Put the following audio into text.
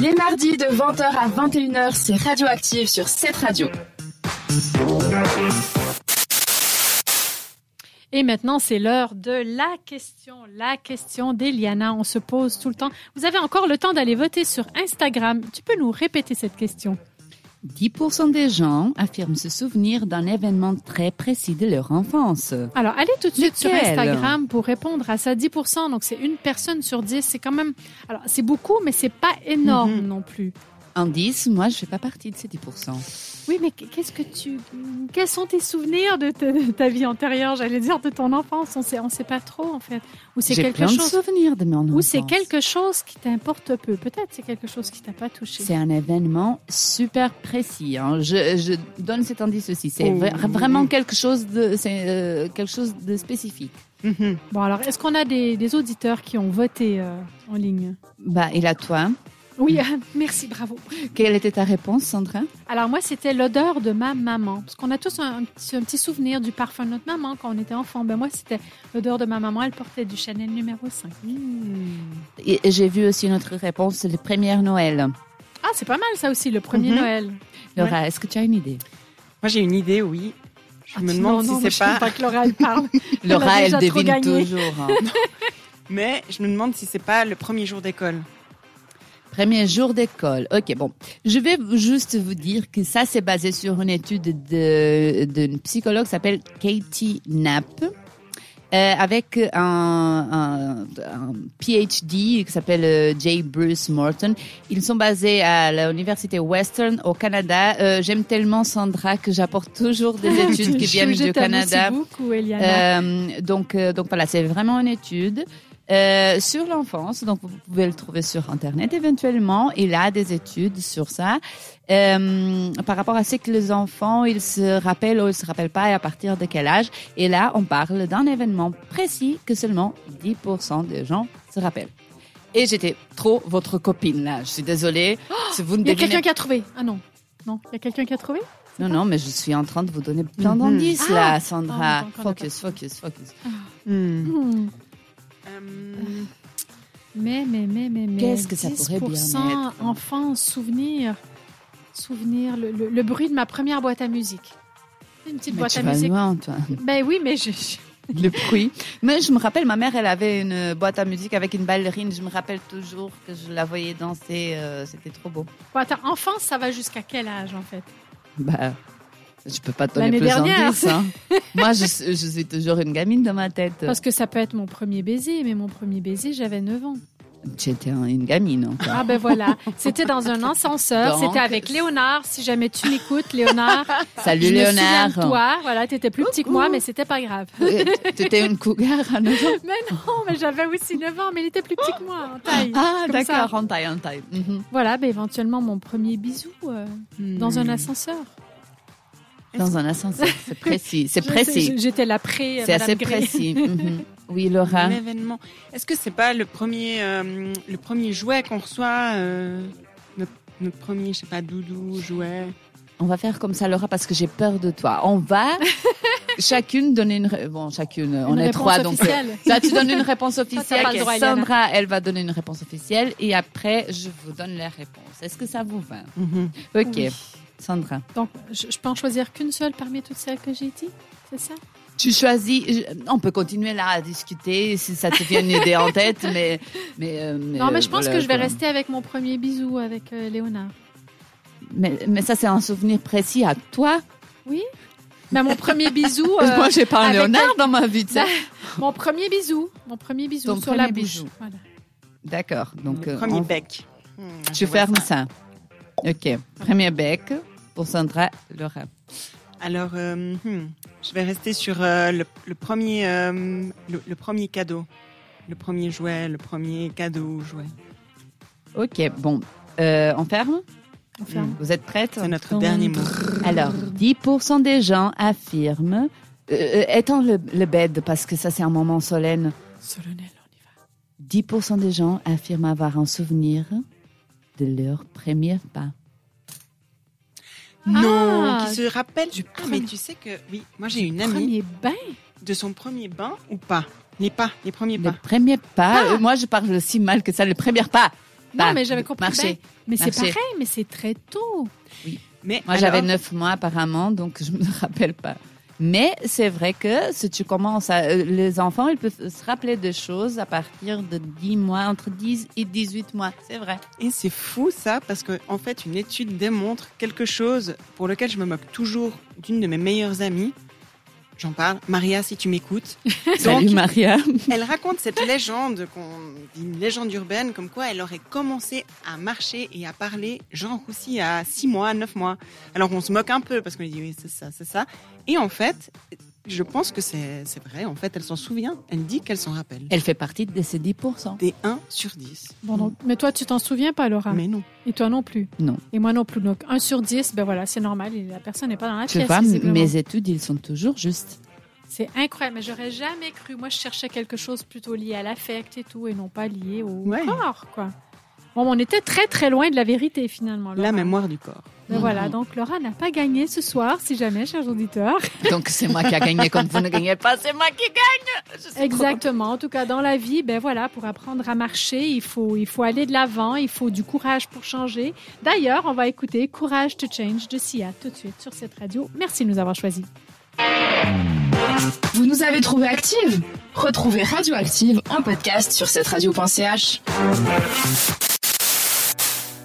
Les mardis de 20h à 21h, c'est Radioactive sur cette radio. Et maintenant, c'est l'heure de la question, la question d'Eliana. On se pose tout le temps. Vous avez encore le temps d'aller voter sur Instagram. Tu peux nous répéter cette question 10% des gens affirment se souvenir d'un événement très précis de leur enfance. Alors, allez tout de suite sur Lequel Instagram pour répondre à ça 10%. Donc, c'est une personne sur 10. C'est quand même. Alors, c'est beaucoup, mais c'est pas énorme Mhm. non plus. En 10, moi, je fais pas partie de ces 10%. Oui, mais qu'est-ce que tu. Quels sont tes souvenirs de ta, de ta vie antérieure, j'allais dire, de ton enfance On sait, on sait pas trop, en fait. Ou c'est J'ai quelque plein de chose. souvenirs de mon enfance. Ou c'est quelque chose qui t'importe peu. Peut-être c'est quelque chose qui t'a pas touché. C'est un événement super précis. hein. Je, je donne cet indice aussi. C'est Oh. vra- vraiment quelque chose de, c'est, euh, quelque chose de spécifique. Mhm. Bon, alors, est-ce qu'on a des, des auditeurs qui ont voté euh, en ligne Bah, et là, toi, Oui, merci, bravo. quelle était ta réponse, Sandra Alors moi, c'était l'odeur de ma maman. Parce qu'on a tous un, un petit, un petit souvenir du parfum de notre maman quand on était enfant. Ben moi, c'était l'odeur de ma maman. Elle portait du Chanel numéro 5. Et J'ai vu aussi notre réponse, le premier Noël. Ah, c'est pas mal ça aussi, le premier Mhm. Noël. Laura, est-ce que tu as une idée Moi, j'ai une idée, oui. Je Ah, me tu- demande non, non, si moi, c'est je trouve pas. pas que Laura, elle parle. Elle a Laura, elle déjà trop devine gagné. toujours. hein. Mais je me demande si c'est pas le premier jour d'école. Premier jour d'école. Ok, bon. Je vais juste vous dire que ça, c'est basé sur une étude de- d'une psychologue qui s'appelle Katie Knapp. euh, avec un, un- un PhD qui s'appelle euh, J. Bruce Morton. Ils sont basés à l'université Western au Canada. Euh, J'aime tellement Sandra que j'apporte toujours des Je études qui suis viennent obligée du de t'avouer, Canada. c'est beaucoup, Eliana. Euh, donc, euh, donc voilà, c'est vraiment une étude euh, sur l'enfance. Donc vous pouvez le trouver sur Internet éventuellement. Il a des études sur ça. Euh, par rapport à ce que les enfants, ils se rappellent ou ils se rappellent pas et à partir de quel âge. Et là, on parle d'un événement précis que seulement 10% des gens se rappellent. Et j'étais trop votre copine là. Je suis désolée. si vous ne Oh, Il y a devinez quelqu'un qui a trouvé. Ah non. Non, il y a quelqu'un qui a trouvé non, non, mais je suis en train de vous donner plein Mhm. d'indices Ah là, Ah, Sandra. on est encore focus, focus, focus. Hmm. Euh, Mais, mais, mais, mais, mais. Qu'est-ce que ça pourrait bien 10% être enfants, souvenirs. Souvenirs. Le, le- le bruit de ma première boîte à musique. Une petite Mais boîte tu à vas musique. loin, toi. Ben oui, mais je- je... le bruit. Mais je me rappelle, ma mère, elle avait une boîte à musique avec une ballerine. Je me rappelle toujours que je la voyais danser. euh, C'était trop beau. Bon, attends, enfance, ça va jusqu'à quel âge en fait Bah, je peux pas te donner L'année plus dernière. d'indices. hein. Moi, je, je suis toujours une gamine dans ma tête. Parce que ça peut être mon premier baiser, mais mon premier baiser, j'avais 9 ans. J'étais un- une gamine encore. Ah ben voilà, c'était dans un ascenseur, Donc. c'était avec Léonard, si jamais tu m'écoutes, Léonard. Salut je Léonard. Me souviens de toi, voilà, t'étais plus petit que moi, Coucou. mais c'était pas grave. tu étais une cougar à neuf ans. Mais non, mais j'avais aussi 9 ans, mais il était plus petit que moi en taille. Ah, Comme ça. d'accord, en taille, en taille. Mhm. Voilà, ben éventuellement mon premier bisou euh, dans un hmm. ascenseur. Dans un ascenseur, c'est précis. C'est Je sais, je- précis. J'étais là près. euh, C'est assez Madame Gray. précis. Mhm. Oui, Laura. Un événement. Est-ce que c'est pas le premier, euh, le premier jouet qu'on reçoit euh, notre, notre premier, je sais pas, doudou, jouet On va faire comme ça, Laura, parce que j'ai peur de toi. On va chacune donner une. ré- Bon, chacune, on Une est réponse trois, donc. euh, officielle. Là, tu donnes une réponse t'as officielle. pas le droit, Eliana. Sandra, elle va donner une réponse officielle. Et après, je vous donne la réponse. Est-ce que ça vous va Mhm. Ok. Oui. Sandra. Donc, je, je peux en choisir qu'une seule parmi toutes celles que j'ai dit, c'est ça Tu choisis. je- On peut continuer là à discuter si ça te vient une idée en tête, mais. mais euh, Non, mais je pense voilà, que je vais quoi. rester avec mon premier bisou avec euh, Léonard. Mais, mais ça, c'est un souvenir précis à toi. Mais Ben, mon premier bisou, euh, Moi, j'ai pas un avec Bah. Léonard dans ma vie, tu sais. mon premier bisou, mon premier bisou Ton sur premier la bouche. bisou. Voilà. D'accord. Donc, Le euh, on- premier bec. Hmm, Ah, Tu fermes ça. Ok. Premier bec pour Sandra, Laura. Alors, euh, hmm, je vais rester sur euh, le, le premier, euh, le, le premier cadeau. Le premier jouet, le premier cadeau, jouet. Ok, bon. Euh, on ferme On ferme. Vous êtes prête Hmm. C'est notre Ton- dernier mot. Alors, 10% des gens affirment... Euh, euh, étends le, le bed parce que ça, c'est un moment solennel. Solennel, on y va. 10% des gens affirment avoir un souvenir de leur premier pas. Non, Ah, qui se rappelle du Ah, mais premier- tu sais que, oui, moi j'ai une amie Premier bain de son premier bain ou pas Les pas, les premiers Le pas. premier pas. Ah. euh, Moi, je parle si mal que ça. Le premier pas. Non, Pas. mais j'avais compris. Marcher. ben, mais c'est Marcher. pareil, mais c'est très tôt. Mais Moi, alors- j'avais neuf mois apparemment, donc je me rappelle pas. Mais c'est vrai que si tu commences à, euh, les enfants, ils peuvent se rappeler des choses à partir de 10 mois, entre 10 et 18 mois. C'est vrai. Et c'est fou ça, parce que en fait, une étude démontre quelque chose pour lequel je me moque toujours d'une de mes meilleures amies. J'en parle. Maria, si tu m'écoutes. Salut Maria. Elle raconte cette légende, qu'on dit une légende urbaine, comme quoi elle aurait commencé à marcher et à parler, genre aussi à 6 mois, 9 mois. Alors on se moque un peu parce qu'on lui dit oui, c'est ça, c'est ça. Et en fait, je pense que c'est c'est vrai. En fait, elle s'en souvient. Elle dit qu'elle s'en rappelle. Elle fait partie de ces 10%. Des 1 sur 10. Bon, donc, Hmm. mais toi, tu t'en souviens pas, Laura Mais non. Et toi non plus Non. Et moi non plus. Donc, 1 sur 10, ben voilà, c'est normal. et La personne n'est pas dans la Tu pièce. vois, visiblement. mes études, ils sont toujours justes. C'est incroyable. Mais j'aurais jamais cru. Moi, je cherchais quelque chose plutôt lié à l'affect et tout, et non pas lié au Ouais. corps, quoi. Bon, on était très, très loin de la vérité, finalement. Laura. La mémoire du corps. Ben voilà, donc Laura n'a pas gagné ce soir, si jamais, chers auditeurs. Donc c'est moi qui a gagné comme vous ne gagnez pas, c'est moi qui gagne. Je suis trop Exactement. En tout cas, dans la vie, ben voilà, pour apprendre à marcher, il faut, il faut aller de l'avant, il faut du courage pour changer. D'ailleurs, on va écouter Courage to Change de Sia tout de suite sur cette radio. Merci de nous avoir choisis. Vous nous avez trouvé active Retrouvez Radioactive en podcast sur cette radio.ch.